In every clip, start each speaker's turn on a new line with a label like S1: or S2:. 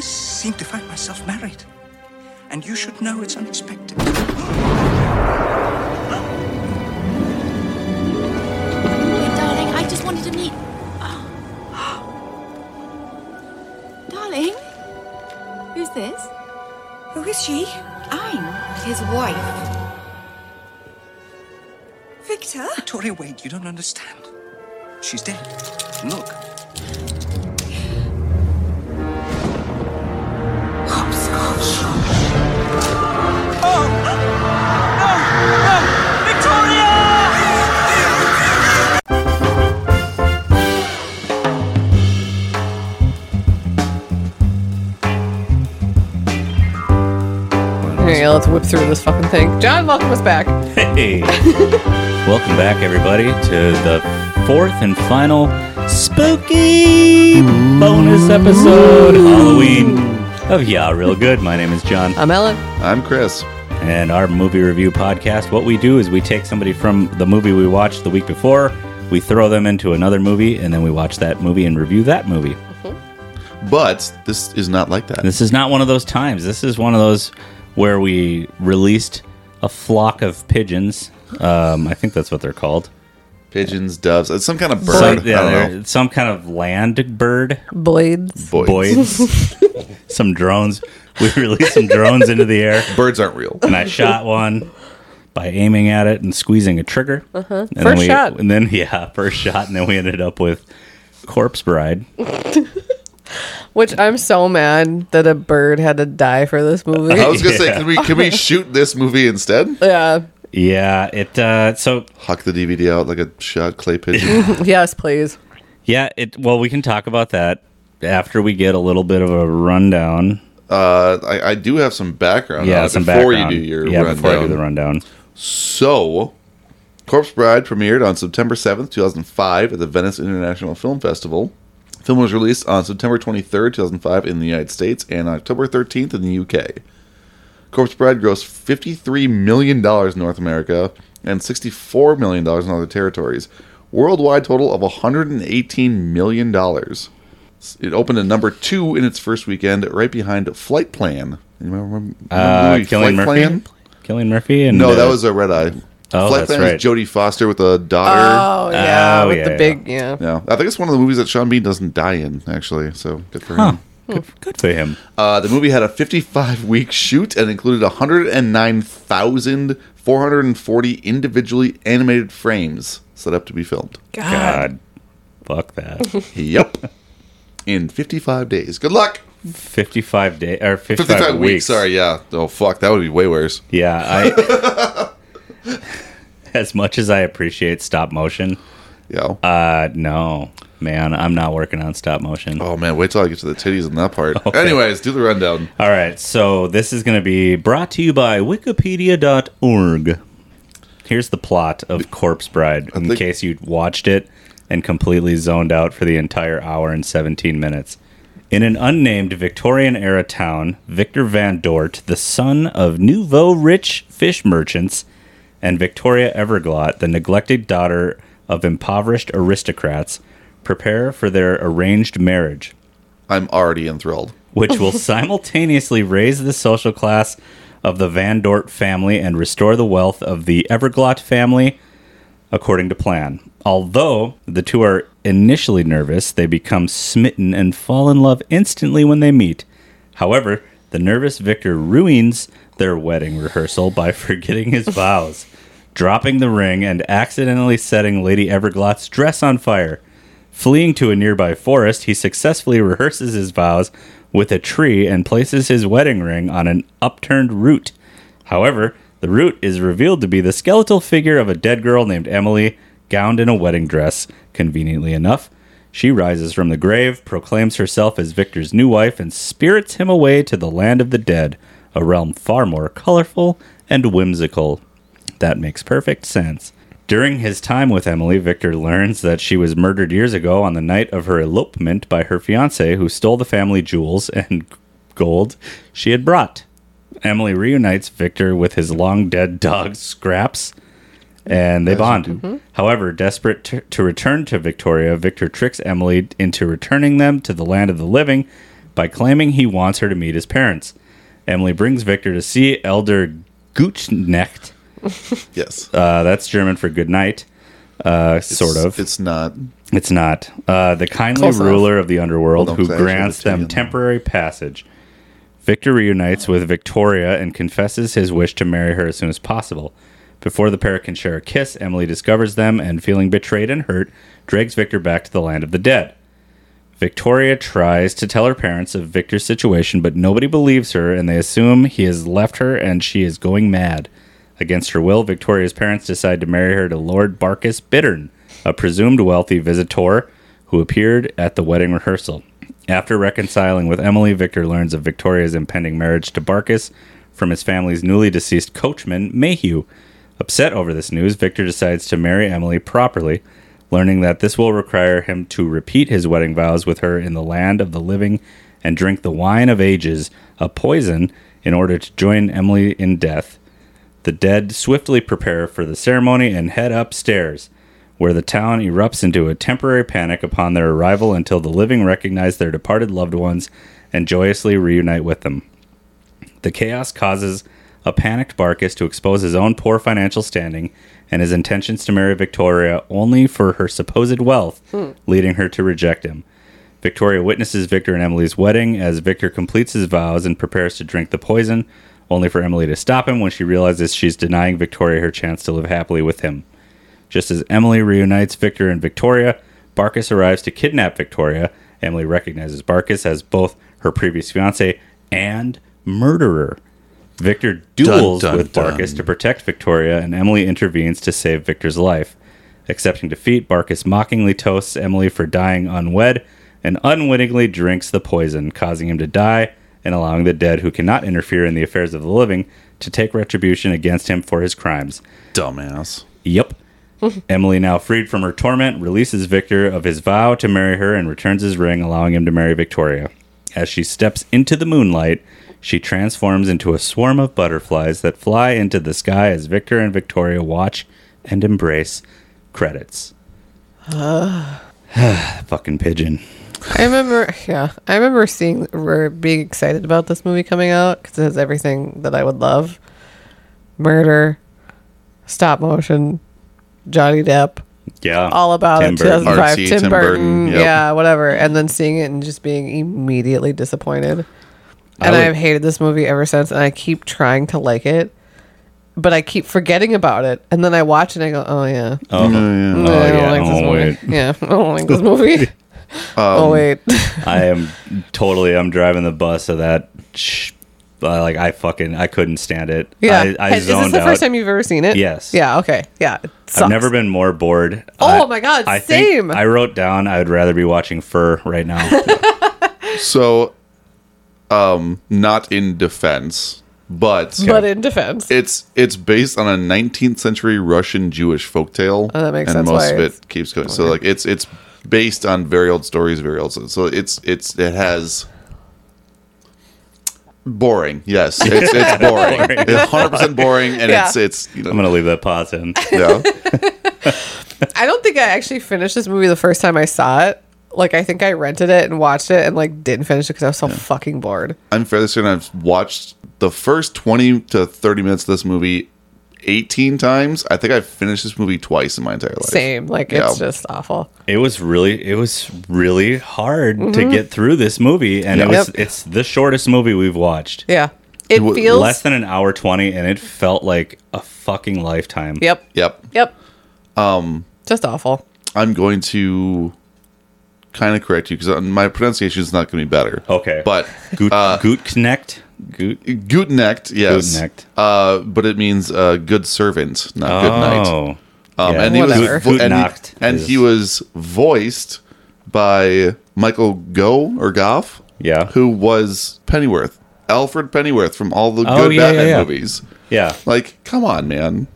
S1: seem to find myself married. And you should know it's unexpected.
S2: Hey, darling, I just wanted to meet. Oh. darling, who's this?
S3: Who is she?
S2: I'm his wife.
S3: Victor?
S1: Tori, wait, you don't understand. She's dead. Look.
S4: Here you go, let's whip through this fucking thing. John, welcome us back.
S5: Hey! Welcome back, everybody, to the fourth and final spooky bonus episode Halloween of Yeah Real Good. My name is John,
S4: I'm Ellen.
S6: I'm Chris.
S5: and our movie review podcast. What we do is we take somebody from the movie we watched the week before, we throw them into another movie, and then we watch that movie and review that movie.
S6: But this is not like that.
S5: This is not one of those times. This is one of those where we released a flock of pigeons. Um, I think that's what they're called.
S6: Pigeons, doves, it's some kind of bird.
S5: Some, yeah,
S6: I don't
S5: they're-
S6: know.
S5: some kind of land bird,
S4: Blades.
S6: Boy.
S5: boys, some drones. We released some drones into the air,
S6: Birds aren't real.
S5: and I shot one by aiming at it and squeezing a trigger. Uh-huh. And then
S4: First
S5: we,
S4: shot.
S5: and then yeah, first shot, and then we ended up with Corpse Bride.
S4: Which I'm so mad that a bird had to die for this movie.
S6: I was gonna say,
S5: Yeah.
S6: can we can we shoot this movie instead?
S4: yeah.
S5: Yeah, it. Uh, so
S6: Huck the DVD out like a shot clay pigeon.
S4: Yes, please.
S5: yeah, it. Well, we can talk about that after we get a little bit of a rundown.
S6: Uh, I, I do have some background. on
S5: Yeah,
S6: it
S5: some
S6: Uh, before
S5: background.
S6: you do your
S5: yeah,
S6: rundown.
S5: before I do the rundown.
S6: So, Corpse Bride premiered on September 7th, 2005 at the Venice International Film Festival. The film was released on September 23rd, 2005 in the United States and October 13th in the UK. Corpse Bride grossed $53 million in North America and $64 million in other territories. Worldwide total of $118 million. It opened at number two in its first weekend, right behind Flight Plan. You remember, remember the
S5: Uh,
S6: movie
S5: Killing Murphy. Killing Murphy and
S6: no,
S5: uh,
S6: that was a red eye.
S5: Oh,
S6: Flight
S5: that's
S6: Plan
S5: right.
S6: is Jodie Foster with a daughter.
S4: Oh, yeah.
S5: Oh,
S4: with
S5: yeah,
S4: the
S5: yeah.
S4: big, yeah.
S6: Yeah, I think it's one of the movies that Sean Bean doesn't die in, actually. So good for
S5: Huh. Hmm.
S6: him.
S5: Good, good for him.
S6: Uh, the movie had a 55 week shoot and included 109,440 individually animated frames set up to be filmed.
S5: God, fuck that.
S6: Yep. In 55 days. Good luck.
S5: Fifty-five day or fifty-five,
S6: 55 weeks.
S5: weeks.
S6: Sorry, yeah. Oh, fuck. That would be way worse.
S5: Yeah, I. as much as I appreciate stop motion,
S6: Yeah.
S5: uh, no, man, I'm not working on stop motion.
S6: oh, man. Wait till I get to the titties in that part. Anyways, do the rundown.
S5: All right, so this is going to be brought to you by Wikipedia.org. Here's the plot of Corpse Bride, in
S6: think-
S5: case you watched it and completely zoned out for the entire hour and 17 minutes. In an unnamed Victorian era town, Victor Van Dort, the son of nouveau rich fish merchants, and Victoria Everglot, the neglected daughter of impoverished aristocrats, prepare for their arranged marriage
S6: I'm already enthralled.
S5: which will simultaneously raise the social class of the Van Dort family and restore the wealth of the Everglot family, according to plan. Although the two are initially nervous, they become smitten and fall in love instantly when they meet. However, the nervous Victor ruins their wedding rehearsal by forgetting his vows, dropping the ring, and accidentally setting Lady Everglot's dress on fire. Fleeing to a nearby forest, he successfully rehearses his vows with a tree and places his wedding ring on an upturned root. However, the root is revealed to be the skeletal figure of a dead girl named Emily, gowned in a wedding dress. Conveniently enough, she rises from the grave, proclaims herself as Victor's new wife, and spirits him away to the land of the dead, a realm far more colorful and whimsical. That makes perfect sense. During his time with Emily, Victor learns that she was murdered years ago on the night of her elopement by her fiance, who stole the family jewels and gold she had brought. Emily reunites Victor with his long dead dog, Scraps, and they bond. However, desperate to, to return to Victoria, Victor tricks Emily into returning them to the land of the living, by claiming he wants her to meet his parents. Emily brings Victor to see Elder Guchnecht.
S6: Yes.
S5: Uh, that's German for good night, uh, sort of.
S6: It's not.
S5: It's not. Uh, the kindly
S4: Close enough.
S5: ruler of the underworld
S6: Well, no,
S5: who
S6: 'cause I actually
S5: grants
S6: put T in
S5: them
S6: there.
S5: temporary passage. Victor reunites with Victoria and confesses his wish to marry her as soon as possible. Before the pair can share a kiss, Emily discovers them and, feeling betrayed and hurt, drags Victor back to the land of the dead. Victoria tries to tell her parents of Victor's situation, but nobody believes her and they assume he has left her and she is going mad. Against her will, Victoria's parents decide to marry her to Lord Barkus Bittern, a presumed wealthy visitor who appeared at the wedding rehearsal. After reconciling with Emily, Victor learns of Victoria's impending marriage to Barkus from his family's newly deceased coachman, Mayhew. Upset over this news, Victor decides to marry Emily properly, learning that this will require him to repeat his wedding vows with her in the land of the living and drink the wine of ages, a poison, in order to join Emily in death. The dead swiftly prepare for the ceremony and head upstairs, where the town erupts into a temporary panic upon their arrival until the living recognize their departed loved ones and joyously reunite with them. The chaos causes a panicked Barkus to expose his own poor financial standing and his intentions to marry Victoria only for her supposed wealth, leading her to reject him. Victoria witnesses Victor and Emily's wedding as Victor completes his vows and prepares to drink the poison, only for Emily to stop him when she realizes she's denying Victoria her chance to live happily with him. Just as Emily reunites Victor and Victoria, Barkus arrives to kidnap Victoria. Emily recognizes Barkus as both her previous fiance and murderer. Victor duels
S6: dun,
S5: with
S6: dun.
S5: Barkus to protect Victoria, and Emily intervenes to save Victor's life. Accepting defeat, Barkus mockingly toasts Emily for dying unwed and unwittingly drinks the poison, causing him to die and allowing the dead, who cannot interfere in the affairs of the living, to take retribution against him for his crimes.
S6: Dumbass.
S5: Yep. Emily, now freed from her torment, releases Victor of his vow to marry her and returns his ring, allowing him to marry Victoria. As she steps into the moonlight, she transforms into a swarm of butterflies that fly into the sky as Victor and Victoria watch and embrace. Credits. Fucking pigeon.
S4: I remember, yeah, I remember seeing or being excited about this movie coming out because it has everything that I would love: murder, stop motion, Johnny Depp,
S5: Yeah.
S4: all about
S5: Tim
S4: it.
S5: Burton.
S4: 2005,
S6: RC,
S4: Tim, Burton,
S6: Tim Burton, yep.
S4: yeah, whatever. And then seeing it and just being immediately disappointed.
S5: I
S4: And
S5: would-
S4: I've hated this movie ever since, and I keep trying to like it, but I keep forgetting about it. And then I watch it and I go, "Oh yeah,
S5: Oh, yeah. Oh, Um,
S4: Mm, I don't like this movie. Yeah, I don't like this movie." oh wait,
S5: I am totally. I'm driving the bus of that. Sh- uh, like I fucking I couldn't stand it.
S4: yeah.
S5: I, I
S4: Has- Is
S5: zoned
S4: this the
S5: out.
S4: first time you've ever seen it?
S5: Yes.
S4: Yeah. Okay. Yeah. It sucks.
S5: I've never been more bored.
S4: Oh
S5: I-
S4: my God,
S5: I think
S4: same.
S5: I wrote down I would rather be watching Fur right now.
S6: So, um, not in defense, but
S4: But in defense,
S6: it's it's based on a 19th century Russian Jewish folktale.
S4: Oh, that makes
S6: and
S4: sense
S6: most
S4: why
S6: of
S4: it's-
S6: it keeps going. So like it's it's based on very old stories, very old. So so it's it's it has boring. Yes, it's it's boring. It's 100 percent boring, and it's
S4: Yeah.
S6: it's you know,
S5: I'm gonna leave that pause in.
S6: yeah.
S4: I don't think I actually finished this movie the first time I saw it. Like I think I rented it and watched it and like didn't finish it because I was so fucking bored.
S6: I'm fairly certain I've watched the first 20 to 30 minutes of this movie 18 times. I think I've finished this movie twice in my entire life.
S4: Same. Like it's
S6: Yeah.
S4: just awful.
S5: It was really it was really hard to get through this movie, and it was
S4: Mm-hmm. Yep.
S5: it's the shortest movie we've watched.
S4: Yeah. It
S6: wa-
S4: feels
S5: Less than an hour twenty, and it felt like a fucking lifetime.
S4: Yep.
S6: Yep.
S4: Yep. Um just awful.
S6: I'm going to kind of correct you because my pronunciation is not going to be better.
S5: Okay.
S6: But
S5: Goot, Goot Knecht. Goot.
S6: Gutenecht, yes.
S5: Gutenecht.
S6: Uh, but it means uh, good servant, not good night.
S5: Oh.
S6: Um,
S5: Yeah.
S6: and, he was,
S4: Whatever.
S6: vo- and, he,
S5: Gutenacht
S6: and
S5: is-
S6: he was voiced by Michael Go or Goff,
S5: Yeah.
S6: who was Pennyworth, Alfred Pennyworth from all the
S5: Oh,
S6: good
S5: yeah,
S6: Batman
S5: yeah, yeah.
S6: movies.
S5: Yeah.
S6: Like, come on, man!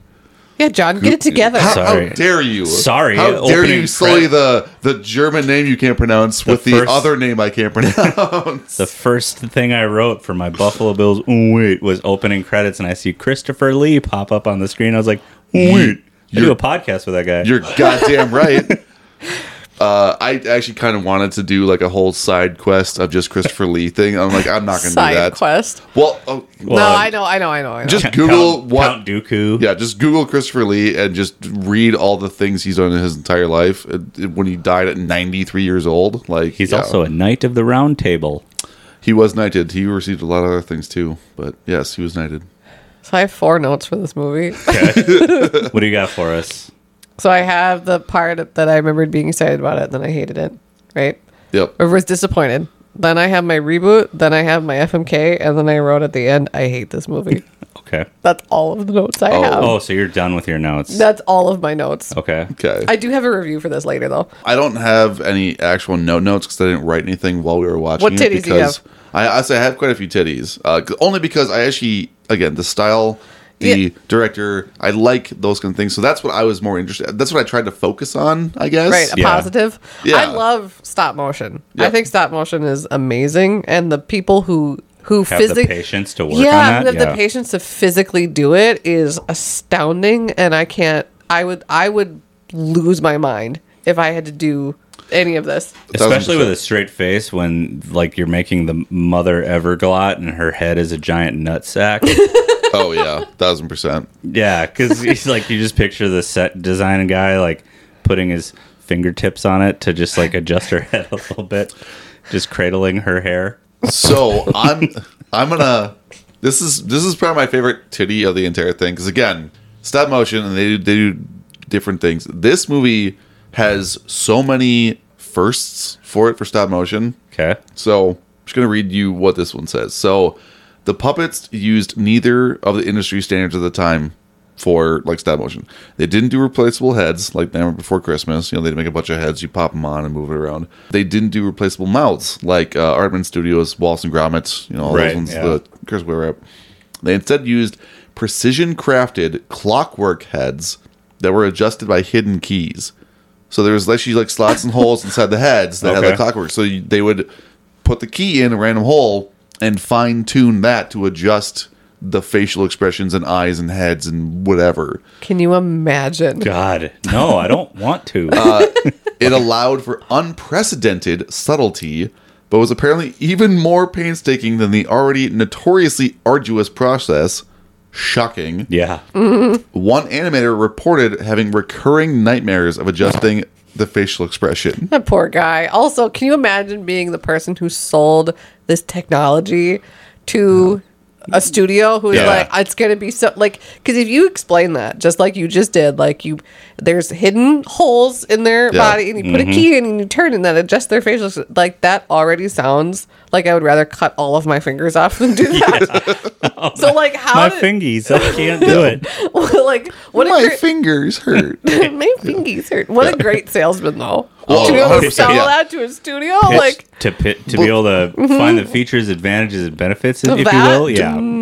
S4: Yeah, John, get it together.
S6: How, how
S5: Sorry.
S6: dare you?
S5: Sorry,
S6: How dare
S5: opening
S6: you sully
S5: credit-
S6: the the German name you can't pronounce with
S5: first-
S6: the other name I can't pronounce?
S5: The first thing I wrote for my Buffalo Bills "Oh, wait was opening credits, and I see Christopher Lee pop up on the screen. I was like, "Oh, wait, I do
S6: You're-
S5: a podcast with that guy.
S6: You're goddamn right. Uh, I actually kind of wanted to do like a whole side quest of just Christopher Lee thing. I'm like, I'm not going to do
S4: Side
S6: that.
S4: quest.
S6: Well, oh,
S5: Well,
S4: no, I know, I know, I know. I know.
S6: just Google
S5: Count,
S6: what.
S5: Count Dooku.
S6: Yeah, just Google Christopher Lee and just read all the things he's done in his entire life. Uh, When he died at 93 years old, like
S5: He's
S6: yeah.
S5: also a knight of the round table.
S6: he was knighted. He received a lot of other things too, but yes, he was knighted.
S4: so I have four notes for this movie.
S5: What do you got for us?
S4: so I have the part that I remembered being excited about it, and then I hated it. Right.
S6: Yep.
S4: Or was disappointed. Then I have my reboot. Then I have my FMK, and then I wrote at the end, "I hate this movie."
S5: Okay.
S4: That's all of the notes I
S6: Oh.
S4: have.
S5: Oh, so you're done with your notes.
S4: That's all of my notes.
S5: Okay.
S6: Okay.
S4: I do have a review for this later, though.
S6: I don't have any actual note notes because I didn't write anything while we were watching.
S4: What
S6: it
S4: titties do you
S6: because I I, say I have quite a few titties. Uh, 'cause- only because I actually again the style, the
S4: Yeah.
S6: director, I like those kind of things. So that's what I was more interested. That's what I tried to focus on. I guess.
S4: Right, a
S5: Yeah.
S4: positive.
S6: Yeah.
S4: I love stop motion.
S6: Yeah.
S4: I think stop motion is amazing, and the people who who
S5: Have the
S4: physically
S5: patience to work on
S4: yeah
S5: that.
S4: who have the patience to physically do it is astounding, and I can't. I would I would lose my mind if I had to do any of this.
S5: Especially
S6: 1000%.
S5: with a straight face when like you're making the mother Everglot and her head is a giant nutsack.
S6: Oh yeah, thousand percent.
S5: yeah, because he's like you just picture the set design guy like putting his fingertips on it to just like adjust her head a little bit, just cradling her hair.
S6: So I'm I'm gonna. This is this is probably my favorite titty of the entire thing because again, stop motion and they do, they do different things. This movie has so many firsts for it for stop motion.
S5: Okay.
S6: So I'm just going to read you what this one says. So the puppets used neither of the industry standards at the time for like stop motion. They didn't do replaceable heads like Nightmare Before Christmas. You know, they'd make a bunch of heads, you pop them on and move it around. They didn't do replaceable mouths like uh, Artman Studios, Wallace and Gromit. You know, all
S5: Right,
S6: those ones.
S5: yeah.
S6: The Curse we were up. They instead used precision crafted clockwork heads that were adjusted by hidden keys. So there was actually like slots and holes inside the heads that had
S5: Okay.
S6: like clockwork. So you, they would put the key in a random hole and fine tune that to adjust the facial expressions and eyes and heads and whatever.
S4: Can you imagine?
S5: God, no, I don't want to.
S6: Uh, It allowed for unprecedented subtlety, but was apparently even more painstaking than the already notoriously arduous process. Shocking.
S5: yeah.
S4: Mm.
S6: One animator reported having recurring nightmares of adjusting the facial expression.
S4: That poor guy. Also, can you imagine being the person who sold this technology to a studio who's
S5: Yeah.
S4: like, "Oh, it's going to be so like, because if you explain that, just like you just did, like you, there's hidden holes in their
S6: Yeah. Mm-hmm.
S4: body, and you put a key in and you turn and then adjust their facial, ex- like that already sounds like I would rather cut all of my fingers off than do that. so like, how
S5: My
S4: did,
S5: fingies, I can't do it.
S4: like what
S6: My
S4: a great,
S6: fingers hurt.
S4: my fingies hurt. What a great salesman though.
S6: Oh,
S4: to be able to
S6: 100%,
S4: sell
S6: yeah.
S4: that to a studio,
S5: Pitch-
S4: like Mm-hmm.
S5: to pit, to be able to find the features, advantages, and benefits, if you
S4: that? Mm.
S5: will.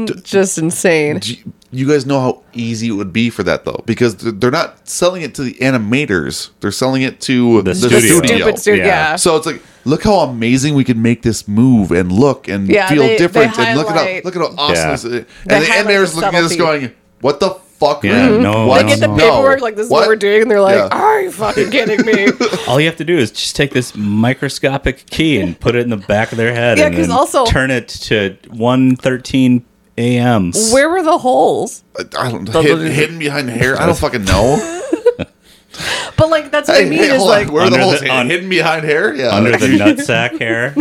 S5: Yeah.
S4: just insane.
S6: Do you- you guys know how easy it would be for that though because th- they're not selling it to the animators they're selling it to the,
S5: studio.
S6: studio,
S4: Stupid studio.
S5: Yeah.
S4: Yeah.
S6: so it's like look how amazing we could make this move and look and
S4: Yeah,
S6: feel
S4: they- they
S6: different and look at how
S4: highlight-
S6: look at how awesome
S5: Yeah.
S6: this is. and
S4: They
S6: the
S4: highlight
S6: animators
S4: the
S6: looking at us
S4: subtlety.
S6: going what the fuck
S5: Yeah,
S6: man?
S5: no, no,
S6: What?
S4: They get the
S5: no.
S4: paperwork like this is what we're doing. and They're like, "Ah."
S6: Yeah.
S4: are you fucking kidding me?
S5: All you have to do is just take this microscopic key and put it in the back of their head.
S4: Yeah,
S5: and
S4: 'cause
S5: then
S4: also-
S5: turn it to one thirteen a.m.
S4: Where were the holes?
S6: I don't know. Hidden, hidden behind the hair. I don't fucking know.
S4: But like that's what I mean is
S6: hold
S4: like
S6: on. Where are
S5: Under
S6: the holes?
S5: the- on-
S6: hidden behind hair. Yeah.
S5: under the nutsack hair.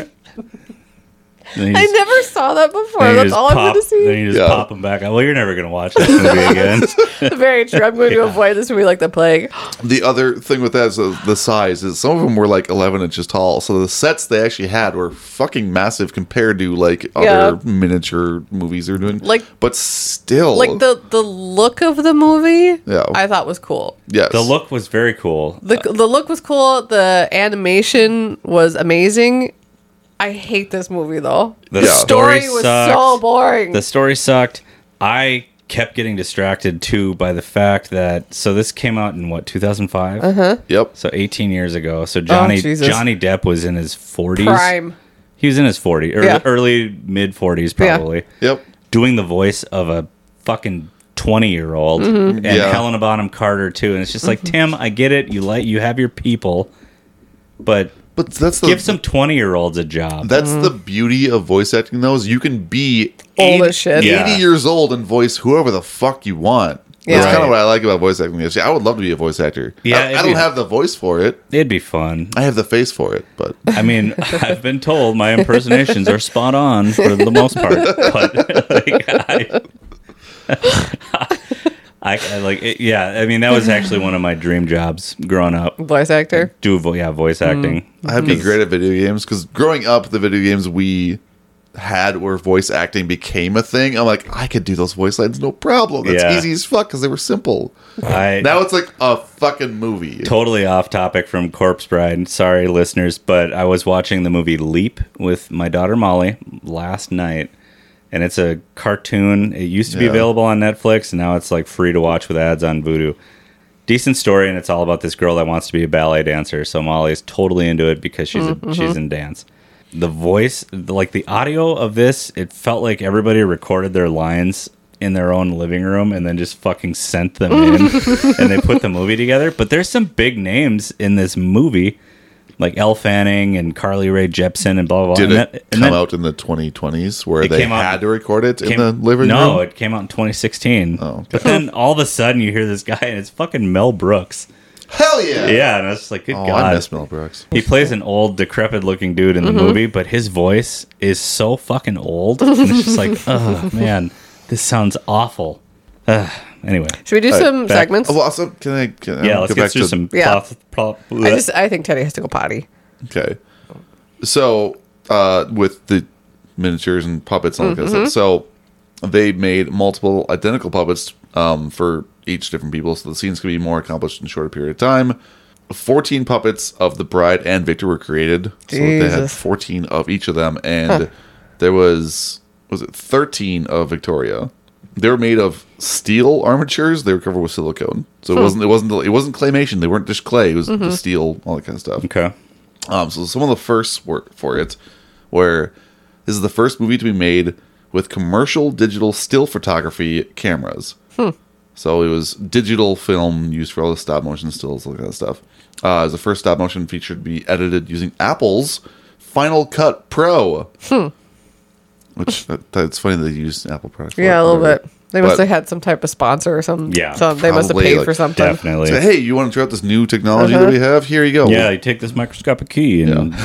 S5: Then you
S4: I
S5: just-
S4: never saw that
S5: then
S4: before.
S5: you
S4: That's
S5: just
S4: all I'm
S5: pop-
S4: going to
S5: Then
S4: see.
S5: you just
S6: Yeah.
S5: pop them back. out. Well, you're never gonna watch this movie again.
S4: Very true. I'm going to avoid this movie like the plague.
S6: the other thing with that is the, the size is some of them were like 11 inches tall so the sets they actually had were fucking massive compared to like other miniature movies they're doing
S4: Like-
S6: but still
S4: Like the the look of the movie,
S6: Yeah.
S4: I thought was cool.
S6: yes
S5: the look was very cool.
S4: The the look was cool. The animation was amazing. I hate this movie though.
S5: The
S6: Yeah.
S5: story,
S4: Story was
S5: sucked.
S4: so boring.
S5: The story sucked. I kept getting distracted too by the fact that so this came out in what
S4: Uh-huh.
S5: 2005.
S6: yep
S5: So 18 years ago. So Johnny
S4: Oh, Jesus.
S5: Johnny Depp was in his 40s.
S4: Prime.
S5: He was in his 40s, or
S4: Yeah.
S5: early mid 40s
S4: Yeah.
S5: probably.
S6: yep
S5: Doing the voice of a fucking 20 year old and
S4: Mm-hmm.
S6: Yeah.
S5: Helena Bonham Carter too. And it's just like Tim, I get it. You like you have your people, But
S6: But that's the
S5: give some 20 year olds a job.
S6: that's the
S4: Mm.
S6: beauty of voice acting. Though is you can be
S4: Old
S6: 80
S4: as shit.
S5: Yeah.
S6: 80 years old and voice whoever the fuck you want. That's
S4: Yeah.
S6: kind of what I like about voice acting. See, I would love to be a voice actor.
S5: Yeah,
S6: I, I
S5: it'd
S6: don't
S5: be-
S6: have the voice for it.
S5: It'd be fun.
S6: I have the face for it, but
S5: I mean, I've been told my impersonations are spot on for the most part, but like, I, I, I like it, yeah. I mean, that was actually one of my dream jobs growing up.
S4: Voice actor.
S5: Do vo- yeah, voice acting.
S6: I'd be great at video games because growing up, the video games we had where voice acting became a thing. I'm like, I could do those voice lines no problem. It's
S5: Yeah.
S6: easy as fuck because they were simple.
S5: I
S6: Now it's like a fucking movie.
S5: totally off topic from Corpse Bride. Sorry, listeners, but I was watching the movie Leap with my daughter Molly last night, and it's a cartoon. It used to be
S6: Yeah.
S5: available on Netflix, and now it's like free to watch with ads on Vudu. Decent story, and it's all about this girl that wants to be a ballet dancer. So Molly is totally into it because she's a, she's in dance. The voice, like the audio of this, it felt like everybody recorded their lines in their own living room and then just fucking sent them in, and they put the movie together. But there's some big names in this movie, like Elle Fanning and Carly Rae Jepsen and blah blah. blah.
S6: Did
S5: and
S6: it
S5: that- and
S6: come
S5: that-
S6: out in the 2020s where
S5: It
S6: they
S5: came out-
S6: had to record it in
S5: came-
S6: the living
S5: no,
S6: room?
S5: it came out in 2016.
S6: Oh, okay.
S5: But then all of a sudden you hear this guy and it's fucking Mel Brooks.
S6: Hell yeah!
S5: Yeah, and I was just like, good
S6: Oh, I
S5: god.
S6: miss Mel Brooks.
S5: He plays an old, decrepit-looking dude
S4: Mm-hmm.
S5: in the movie, but his voice is so fucking old. And it's just like, oh man, this sounds awful. Ugh. Anyway,
S4: Should we do some
S5: back-
S4: segments?
S6: Oh, well, also, can I, can I
S5: yeah, let's
S6: go
S5: get
S6: back
S5: through
S6: to
S5: some.
S4: Yeah.
S5: plots- plot-
S4: I just I think Teddy has to go potty.
S6: Okay. So, uh, with the miniatures and puppets and all that kind of stuff. So, they made multiple identical puppets um, for each different people, so the scenes could be more accomplished in a shorter period of time. 14 puppets of the bride and Victor were created. So, they had
S4: Jesus.
S6: 14 of each of them, and there was, was it 13 of Victoria? They were made of steel armatures. They were covered with silicone, so it wasn't it wasn't it wasn't claymation. They weren't just clay. It was the steel, all that kind of stuff.
S5: okay.
S6: Um, so some of the first work for it, where this is the first movie to be made with commercial digital still photography cameras.
S4: Hmm.
S6: So it was digital film used for all the stop motion stills, all that kind of stuff. Uh, it was the first stop motion feature to be edited using Apple's Final Cut Pro.
S4: Hmm.
S6: Which that, that's funny they used Apple products. for
S4: Yeah,
S6: it,
S4: a little
S6: whatever.
S4: bit. They must have
S6: But-
S4: had some type of sponsor or something.
S5: Yeah,
S4: so they must have
S6: probably,
S4: paid
S6: like,
S4: for something.
S5: Definitely.
S6: Say, hey, you want to try out this new technology that
S4: Uh-huh.
S6: we have? Here you go.
S5: Yeah, you take this microscopic key and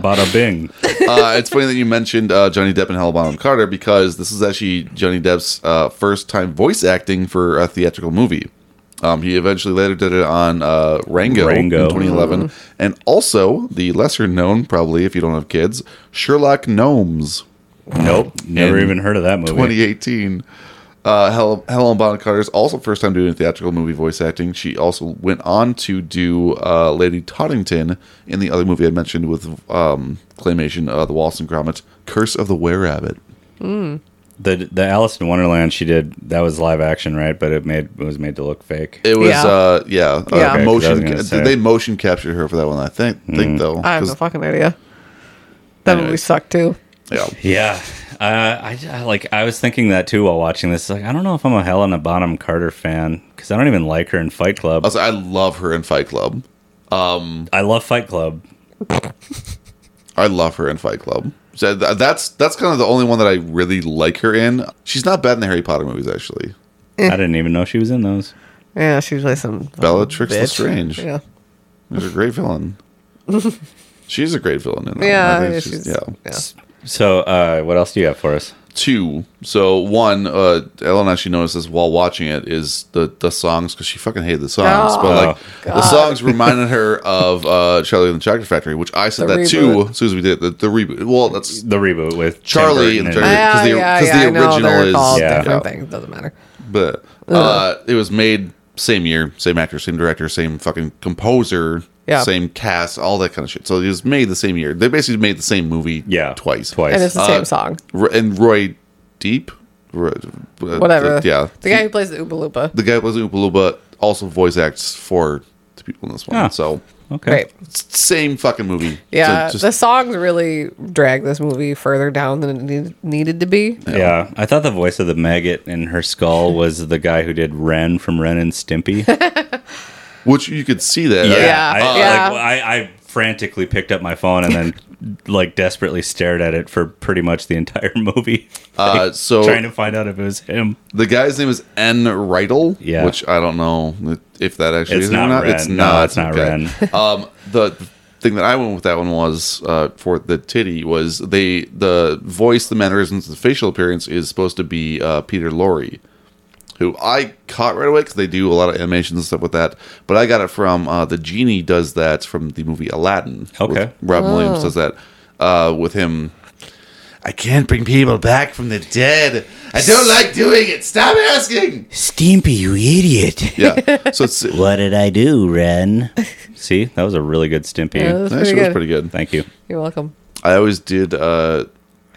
S5: bada bing.
S6: uh, it's funny that you mentioned uh, Johnny Depp and Helena Carter because this is actually Johnny Depp's uh, first time voice acting for a theatrical movie. Um, he eventually later did it on uh, Rango,
S5: Rango.
S6: in 2011, and also the lesser known, probably if you don't have kids, Sherlock Gnomes,
S5: Nope, never
S6: In
S5: even heard of that movie.
S6: 2018. Uh, Hel- Helen Bonham Carter's also first time doing theatrical movie voice acting. She also went on to do uh, Lady Tottington in the other movie I mentioned with um, claymation, uh, The Wallace and Gromit, Curse of the Were Rabbit.
S5: the the Alice in Wonderland she did that was live action, right? But it made it was made to look fake.
S6: It was
S4: Yeah.
S6: uh
S4: Yeah.
S6: yeah, Uh,
S4: Okay,
S5: 'cause I was
S6: motion
S5: gonna
S6: ca-
S5: say. Mm.
S6: they motion captured her for that one I think think though
S4: I have no
S6: 'Cause-
S4: fucking idea. That movie
S6: Anyways.
S4: sucked too.
S6: yeah
S5: Yeah, uh, I, I like. I was thinking that too while watching this. Like, I don't know if I'm a Helena Bonham Carter fan because I don't even like her in Fight Club.
S6: also I love her in Fight Club
S5: I love Fight Club.
S6: I love her in Fight Club so th- that's that's kind of the only one that I really like her in she's not bad in the Harry Potter movies actually
S5: I didn't even know she was in those.
S4: Yeah, she plays some
S6: Bellatrix
S4: Oh, bitch.
S6: Lestrange
S4: Yeah.
S6: is a great villain she's a great villain in that one. I
S4: Yeah,
S6: think
S4: yeah,
S6: she's-
S4: she's-
S6: yeah
S4: yeah.
S5: So, uh, what else do you have for us?
S6: two. So one, uh, Ellen actually noticed this while watching it is the the songs because she fucking hated the songs, but
S4: Oh,
S6: like the songs reminded her of uh, Charlie and the Chocolate Factory, which I said
S4: The
S6: that too
S4: reboot.
S6: as soon as we did the, the reboot. Well, that's
S5: The reboot with Tim
S6: Charlie
S5: Burton
S6: and
S5: and-
S6: Charlie- 'cause
S4: Yeah,
S6: the-
S4: yeah,
S6: 'cause the
S4: yeah, I know.
S6: original
S4: They're
S6: is-
S4: called
S5: Yeah.
S4: different things. Doesn't matter.
S6: but uh, it was made same year, same actor, same director, same fucking composer,
S4: Yeah.
S6: same cast, all that kind of shit. So it was made the same year. They basically made the same movie,
S5: yeah,
S6: twice,
S5: twice.
S4: And it's the
S6: Uh,
S4: same song.
S6: Ro- and Roy Deep. Ro- uh,
S4: Whatever.
S6: yeah.
S4: The guy who plays the Oompa Loompa.
S6: the guy who plays Oopaloopa also voice acts for the people in this one.
S5: Ah.
S6: So
S5: okay.
S4: Great.
S6: s- same fucking movie.
S4: Yeah,
S6: So
S4: the
S6: just,
S4: songs really drag this movie further down than it need, needed to be.
S5: Yeah, I thought the voice of the maggot in her skull was the guy who did Ren from Ren and Stimpy.
S6: Which you could see that.
S5: Yeah,
S6: right?
S4: Yeah,
S5: I,
S4: yeah.
S5: Like, I, I frantically picked up my phone and then like desperately stared at it for pretty much the entire movie,
S6: Uh, so
S5: trying to find out if it was him.
S6: the guy's name is N. Reitel.
S5: Yeah.
S6: Which I don't know if that actually
S5: It's
S6: is
S5: not
S6: or not.
S5: Ren.
S6: It's
S5: No,
S6: not.
S5: it's not Ren.
S6: um, the the thing that I went with that one was uh, for the titty was they the voice, the mannerisms, the facial appearance is supposed to be uh, Peter Lorre, who I caught right away because they do a lot of animations and stuff with that. But I got it from uh, the genie does that from the movie Aladdin.
S5: Okay.
S6: with- Robin Williams does that uh, with him. I can't bring people back from the dead. I don't like doing it. Stop asking.
S5: Stimpy, you idiot!
S6: Yeah. So it's
S5: What did I do, Ren? See, that was a really good Stimpy.
S4: Yeah, that was
S6: actually
S4: pretty
S6: was
S4: good.
S6: pretty good.
S5: Thank you.
S4: You're welcome.
S6: I always did. Uh,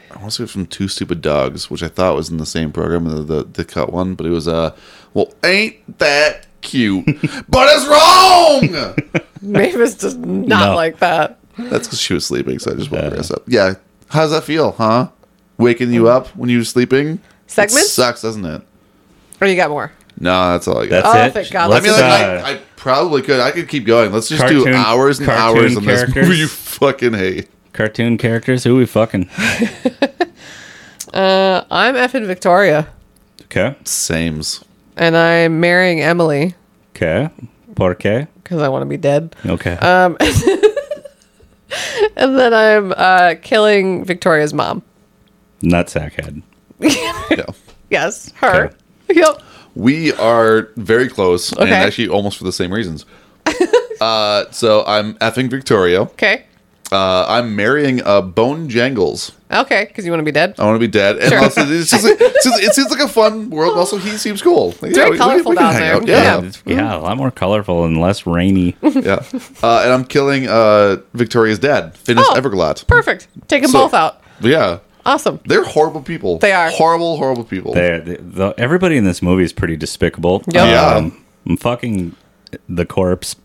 S6: I want to say from Two Stupid Dogs, which I thought was in the same program, the the, the cut one, but it was uh, well, ain't that cute? but it's wrong.
S4: Mavis does not
S5: No.
S4: like that.
S6: That's because she was sleeping, so I just woke her ass up. Yeah, how does that feel, huh? Waking you up when you're sleeping
S4: Segment?
S6: It sucks, doesn't it?
S4: Or you got more?
S6: No, that's all I got.
S5: That's
S4: Oh,
S5: it.
S4: thank God.
S6: I
S5: Let's,
S6: mean, like,
S5: uh,
S6: I, I probably could. I could keep going. Let's just do
S5: Cartoon-
S6: hours and
S5: cartoon
S6: hours on this
S5: characters?
S6: movie you fucking hate.
S5: cartoon characters. Who we fucking?
S4: Uh, I'm effing Victoria,
S5: Okay.
S6: Sames.
S4: and I'm marrying Emily
S5: Okay. Por qué?
S4: because I want to be dead.
S5: Okay.
S4: Um, and then I'm uh, killing Victoria's mom.
S5: Nutsack head.
S6: Yeah.
S4: Yes, her.
S5: Okay.
S4: Yep.
S6: We are very close, and
S4: Okay.
S6: actually almost for the same reasons. uh, so I'm effing Victoria.
S4: Okay.
S6: Uh, I'm marrying uh, Bone Jangles.
S4: Okay, because you want to be dead.
S6: I want to be dead. And
S4: Sure.
S6: also, it's just, it's just- it seems like a fun world. and Also, he seems cool. Like,
S4: very
S6: we- we-
S4: colorful
S6: we can
S4: down
S6: hang
S4: there.
S6: out.
S5: Yeah,
S6: Yeah,
S5: it's- yeah, a lot more colorful and less rainy.
S6: yeah. Uh, and I'm killing uh, Victoria's dad, Finis
S4: Oh,
S6: Everglot.
S4: Perfect. Take them
S6: So-
S4: both out.
S6: Yeah,
S4: Awesome.
S6: they're horrible people.
S4: They are.
S6: horrible, horrible people.
S5: They, they, the, everybody in this movie is pretty despicable. Um,
S4: Yep.
S6: Yeah.
S5: I'm fucking the corpse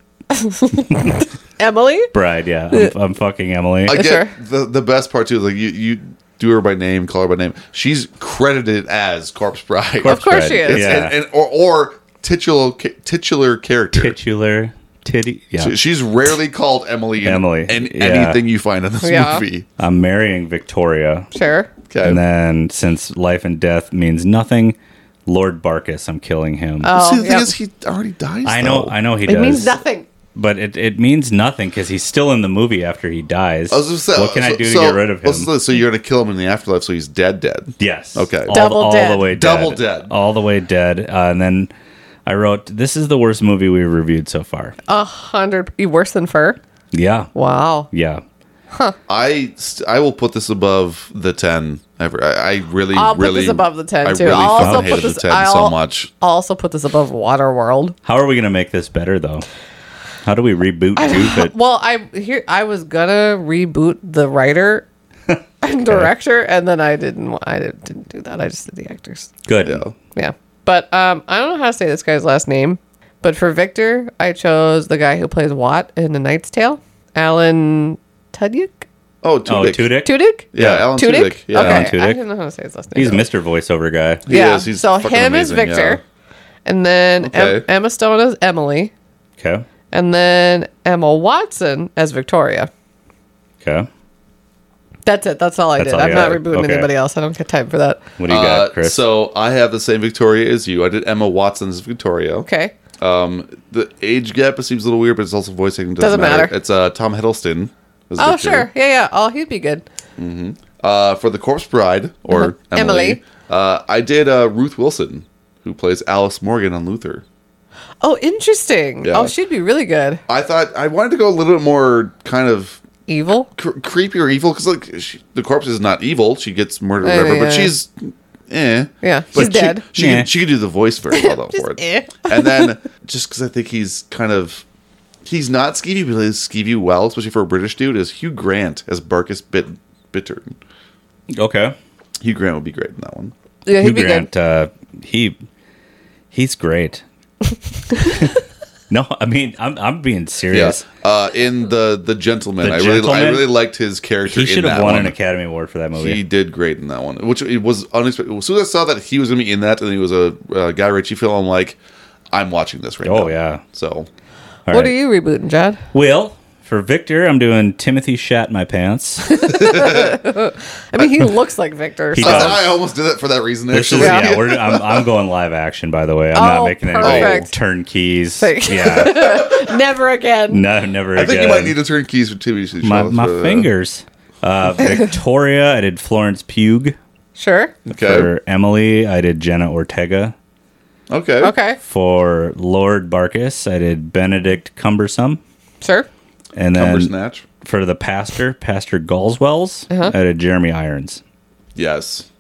S4: Emily.
S5: bride. Yeah, I'm, I'm fucking Emily.
S6: Again,
S4: Sure.
S6: the the best part too is like you you do her by name, call her by name. She's credited as Corpse Bride.
S4: Of course she
S5: Bride,
S4: is.
S5: Yeah.
S6: and, and or, or titular ca- titular character.
S5: Titular titty. Yeah,
S6: She- She's rarely called Emily. in-
S5: Emily,
S6: in
S5: yeah.
S6: anything you find in this
S4: Yeah.
S6: movie.
S5: I'm marrying Victoria.
S4: Sure.
S6: Okay.
S5: And then, since life and death means nothing, Lord Barkus, I'm killing him.
S4: Oh,
S6: See, the thing
S4: yep.
S6: is, he already dies.
S5: I know,
S6: though.
S5: I know he
S4: It
S5: does.
S4: means nothing.
S5: But it, it means nothing because he's still in the movie after he dies.
S6: I was just saying,
S5: what can I
S6: so-
S5: do to
S6: so-
S5: get rid of him?
S6: So, so you're gonna kill him in the afterlife, so he's dead, dead.
S5: Yes.
S6: Okay.
S5: All,
S4: Double
S5: all
S4: dead.
S5: the way dead.
S6: Double dead.
S5: All the way dead. Uh, and then I wrote, "This is the worst movie we've reviewed so far."
S4: A hundred. You worse than fur.
S5: yeah.
S4: Wow.
S5: Yeah.
S6: I st- I will put this above the ten. Ever. I, I really,
S4: I'll put
S6: really
S4: this above the ten
S6: I
S4: too.
S6: really
S4: I'll
S6: fucking
S4: also
S6: hated
S4: put this.
S6: the 10 so
S4: I'll
S6: much.
S4: I'll also put this above Waterworld.
S5: How are we going to make this better though? How do we reboot Goop it?
S4: Well, I here I was gonna reboot the writer and director, and then I didn't. wa- I didn't didn't do that. I just did the actors.
S5: Good. Oh,
S6: Yeah.
S4: Yeah, but um, I don't know how to say this guy's last name. But for Victor, I chose the guy who plays Watt in The Knight's Tale, Alan Tudyk.
S6: Oh,
S5: Oh,
S6: Tudyk.
S5: Tudyk.
S4: Tudyk.
S6: Yeah, Alan Tudyk. Yeah.
S4: okay,
S5: Alan Tudyk.
S4: I didn't know how to say his last name.
S5: He's Mr. Voiceover guy.
S6: He
S4: yeah.
S6: is. He's
S4: so
S6: fucking
S4: him is
S6: amazing,
S4: Victor, and then Em-
S6: Okay.
S4: Emma Stone as Emily,
S5: Okay.
S4: and then Emma Watson as Victoria.
S5: Okay.
S4: That's it. That's all I
S5: That's
S4: did.
S5: all
S4: I'm
S5: you
S4: not
S5: got.
S4: rebooting
S5: Okay.
S4: anybody else. I don't get time for that.
S5: What do you
S6: Uh,
S5: got, Chris?
S6: So I have the same Victoria as you. I did Emma Watson's Victoria.
S4: Okay.
S6: Um, the age gap it seems a little weird, but it's also voice acting
S4: Doesn't
S6: doesn't, matter.
S4: matter.
S6: It's uh, Tom Hiddleston. as
S4: Oh,
S6: Victor.
S4: sure. Yeah, yeah. Oh, he'd be good.
S6: Uh, for the Corpse Bride or
S4: Uh-huh.
S6: Emily,
S4: Emily.
S6: Uh, I did uh, Ruth Wilson, who plays Alice Morgan on Luther.
S4: Oh, interesting.
S6: Yeah.
S4: Oh, she'd be really good.
S6: I thought I wanted to go a little bit more kind of
S4: Evil.
S6: cr- creepy or evil because like she, the corpse is not evil; she gets murdered, or
S4: Yeah,
S6: whatever.
S4: yeah,
S6: But
S4: yeah.
S6: she's eh.
S4: Yeah,
S6: But
S4: she's
S6: she,
S4: dead.
S6: She
S5: Nah.
S6: can, she can do the voice very well though
S4: Just
S6: for it.
S4: eh.
S6: and then just because I think he's kind of he's not skeevy, but he's skeevy well, especially for a British dude. Is Hugh Grant as Barkus Bit Bittern?
S5: okay.
S6: Hugh Grant would be great in that one.
S4: Yeah, he'd
S5: Hugh
S4: be
S5: Grant,
S4: good.
S5: uh, he he's great. no, I mean I'm I'm being serious.
S6: Yes. Uh, in the the gentleman,
S5: The
S6: I really I
S5: Gentleman?
S6: really liked his character.
S5: He should
S6: in
S5: have
S6: that
S5: won
S6: one.
S5: an Academy Award for that movie.
S6: He did great in that one, which it was unexpected. As soon as I saw that he was going to be in that, and he was a uh, Guy Ritchie film, I'm like, I'm watching this right now.
S5: Oh, yeah.
S6: So
S5: All
S4: what
S5: right.
S4: are you rebooting, John?
S5: Well, for Victor, I'm doing Timothy Shat My Pants.
S4: I mean, he looks like Victor.
S5: He
S4: so-
S5: does.
S6: I almost did it for that reason.
S5: This is
S6: Actually,
S5: yeah. we're, I'm, I'm going live action. By the way, I'm
S4: Oh,
S5: not making any
S4: perfect.
S5: turnkeys.
S4: Thank-
S5: Yeah,
S4: Never again.
S5: no, never
S6: I
S5: again.
S6: think you might need to turn keys for TV shows.
S5: my, my
S6: uh,
S5: fingers. Uh, Victoria, I did Florence Pugh.
S4: Sure.
S6: Okay.
S5: For Emily, I did Jenna Ortega.
S6: Okay.
S4: Okay.
S5: For Lord Barkus, I did Benedict Cumbersome.
S4: Sure.
S5: And
S6: Number
S5: then
S6: snatch.
S5: for the pastor, Pastor Galswells,
S4: Uh-huh.
S5: I did Jeremy Irons.
S6: Yes.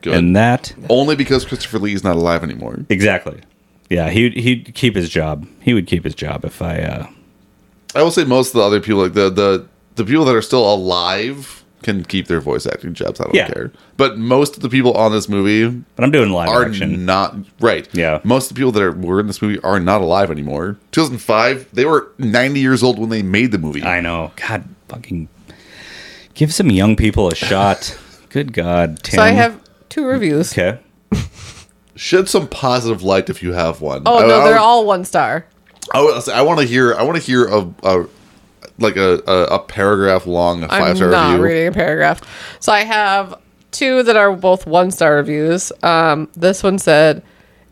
S6: Good.
S5: And that
S6: Only because Christopher Lee is not alive anymore.
S5: exactly. Yeah, he he'd keep his job. He would keep his job if I uh,
S6: I will say most of the other people, like the the the people that are still alive, can keep their voice acting jobs. I don't
S5: Yeah.
S6: care. But most of the people on this movie
S5: but I'm doing live
S6: are
S5: action.
S6: not right.
S5: Yeah.
S6: most of the people that are, were in this movie are not alive anymore. 2005, they were 90 years old when they made the movie.
S5: I know. God, fucking give some young people a shot. Good God, Tim.
S4: So I have two reviews.
S5: okay.
S6: Shed some positive light if you have one.
S4: Oh
S6: I-
S4: no,
S6: I
S4: they're
S6: would-
S4: all one star.
S6: I, would say- I want to hear. I want to hear a, a like a, a, a paragraph long five
S4: I'm
S6: star
S4: not
S6: review.
S4: reading a paragraph. So I have two that are both one star reviews. Um, this one said,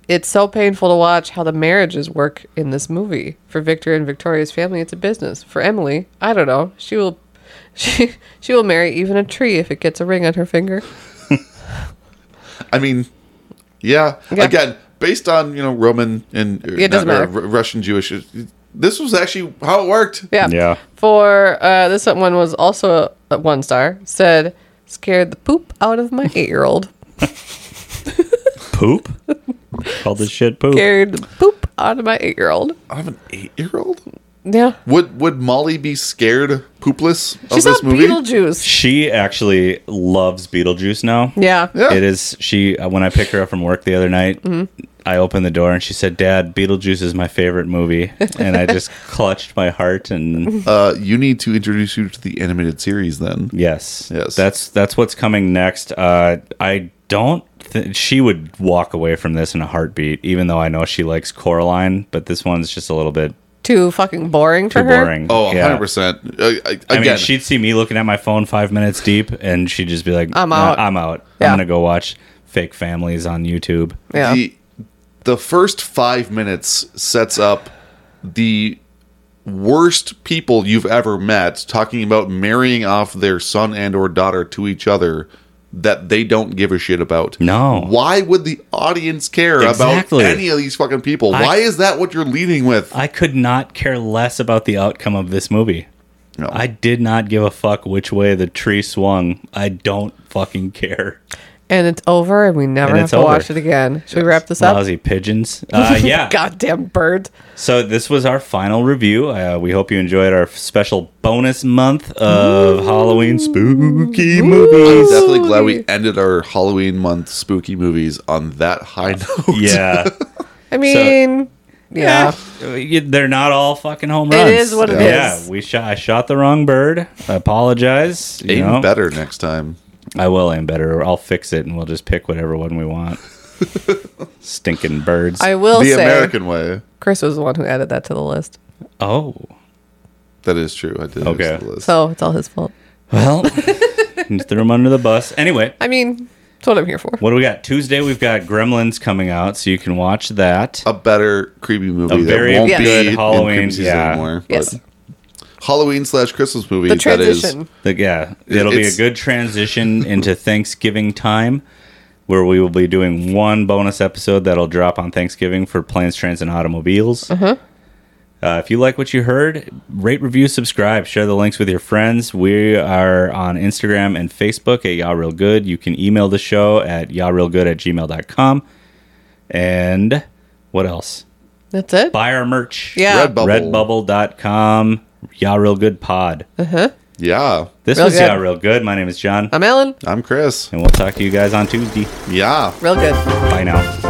S4: "It's so painful to watch how the marriages work in this movie. For Victor and Victoria's family, it's a business. For Emily, I don't know. She will, she she will marry even a tree if it gets a ring on her finger.
S6: I mean, yeah.
S4: Yeah.
S6: Again, based on you know Roman and uh,
S4: it doesn't
S6: not- or
S4: matter.
S6: Ru- Russian Jewish, it- this was actually how it worked.
S4: Yeah.
S5: Yeah.
S4: For uh, this one was also a, a one star. Said." Scared the poop out of my eight year old.
S5: Poop? Call this shit poop.
S4: Scared the poop out of my eight year old.
S6: I have an eight year old.
S4: Yeah.
S6: Would would Molly be scared poopless of
S4: She saw
S6: this movie?
S4: Beetlejuice.
S5: She actually loves Beetlejuice now.
S4: Yeah.
S6: Yeah.
S5: It is she uh, when I picked her up from work the other night,
S4: Mm-hmm.
S5: I opened the door and she said, "Dad, Beetlejuice is my favorite movie." And I just clutched my heart and
S6: Uh, you need to introduce you to the animated series then.
S5: yes.
S6: Yes.
S5: That's that's what's coming next. Uh I don't th- she would walk away from this in a heartbeat even though I know she likes Coraline, but this one's just a little bit
S4: too fucking boring for
S5: too
S4: her.
S5: boring.
S6: Oh, 100
S5: Yeah.
S6: percent. Again,
S5: I mean, she'd see me looking at my phone five minutes deep, and she'd just be like,
S4: I'm
S5: "Nah,
S4: out."
S5: I'm out.
S4: Yeah.
S5: I'm gonna go watch fake families on YouTube."
S4: Yeah.
S6: the the first five minutes sets up the worst people you've ever met talking about marrying off their son and or daughter to each other that they don't give a shit about.
S5: No.
S6: Why would the audience care
S5: Exactly.
S6: about any of these fucking people?
S5: I-
S6: Why is that what you're leading with?
S5: I could not care less about the outcome of this movie.
S6: no.
S5: I did not give a fuck which way the tree swung. I don't fucking care.
S4: And it's over, and we never
S5: And
S4: have
S5: it's
S4: to watch it
S5: over.
S4: again. Should we wrap this up?
S5: Lousy pigeons. Uh, yeah.
S4: Goddamn bird.
S5: So this was our final review. Uh, we hope you enjoyed our special bonus month of Halloween spooky
S6: I'm
S5: movies.
S6: definitely glad we ended our Halloween month spooky movies on that high note.
S5: Yeah.
S4: I mean, yeah.
S5: Eh, They're not all fucking home
S4: It
S5: runs.
S4: is what it
S5: it is. yeah.
S4: is.
S5: we shot. I shot the wrong bird. I apologize. You
S6: Aim
S5: know,
S6: better next time.
S5: I will aim better, or I'll fix it, and we'll just pick whatever one we want. Stinking birds.
S4: I will
S6: the
S4: say,
S6: American way.
S4: Chris was the one who added that to the list,
S5: oh,
S6: That is true. I did.
S5: Okay.
S6: fix the list.
S4: so it's all his fault.
S5: well, you threw them under the bus. Anyway,
S4: I mean, that's what I'm here for.
S5: what do we got? Tuesday, we've got Gremlins coming out, so you can watch that.
S6: a better creepy movie
S5: A
S6: that
S5: very
S6: won't
S5: Yes.
S6: be
S5: good
S6: in
S5: Halloween,
S6: creepy season
S5: yeah.
S6: anymore. but
S4: Yes,
S6: Halloween slash Christmas movie.
S4: the
S6: that is-
S4: transition.
S5: The- yeah, it'll
S6: It's-
S5: be a good transition into Thanksgiving time, where we will be doing one bonus episode that'll drop on Thanksgiving for Planes, Trains, and Automobiles. Uh-huh. if you like what you heard, rate, review, subscribe, share the links with your friends. We are on Instagram and Facebook at Y'all Real Good. You can email the show at yawrealgood at gmail.com. And what else?
S4: That's it.
S5: Buy our merch.
S4: Yeah.
S6: Redbubble.
S5: Redbubble.com. Y'all Real Good Pod.
S6: yeah,
S5: This
S4: Real
S5: was
S4: good. Um,
S5: Y'all Real Good. My name is John
S4: I'm Ellen.
S6: I'm Chris.
S5: and we'll talk to you guys on Tuesday.
S6: Yeah.
S4: Real good.
S5: Bye now.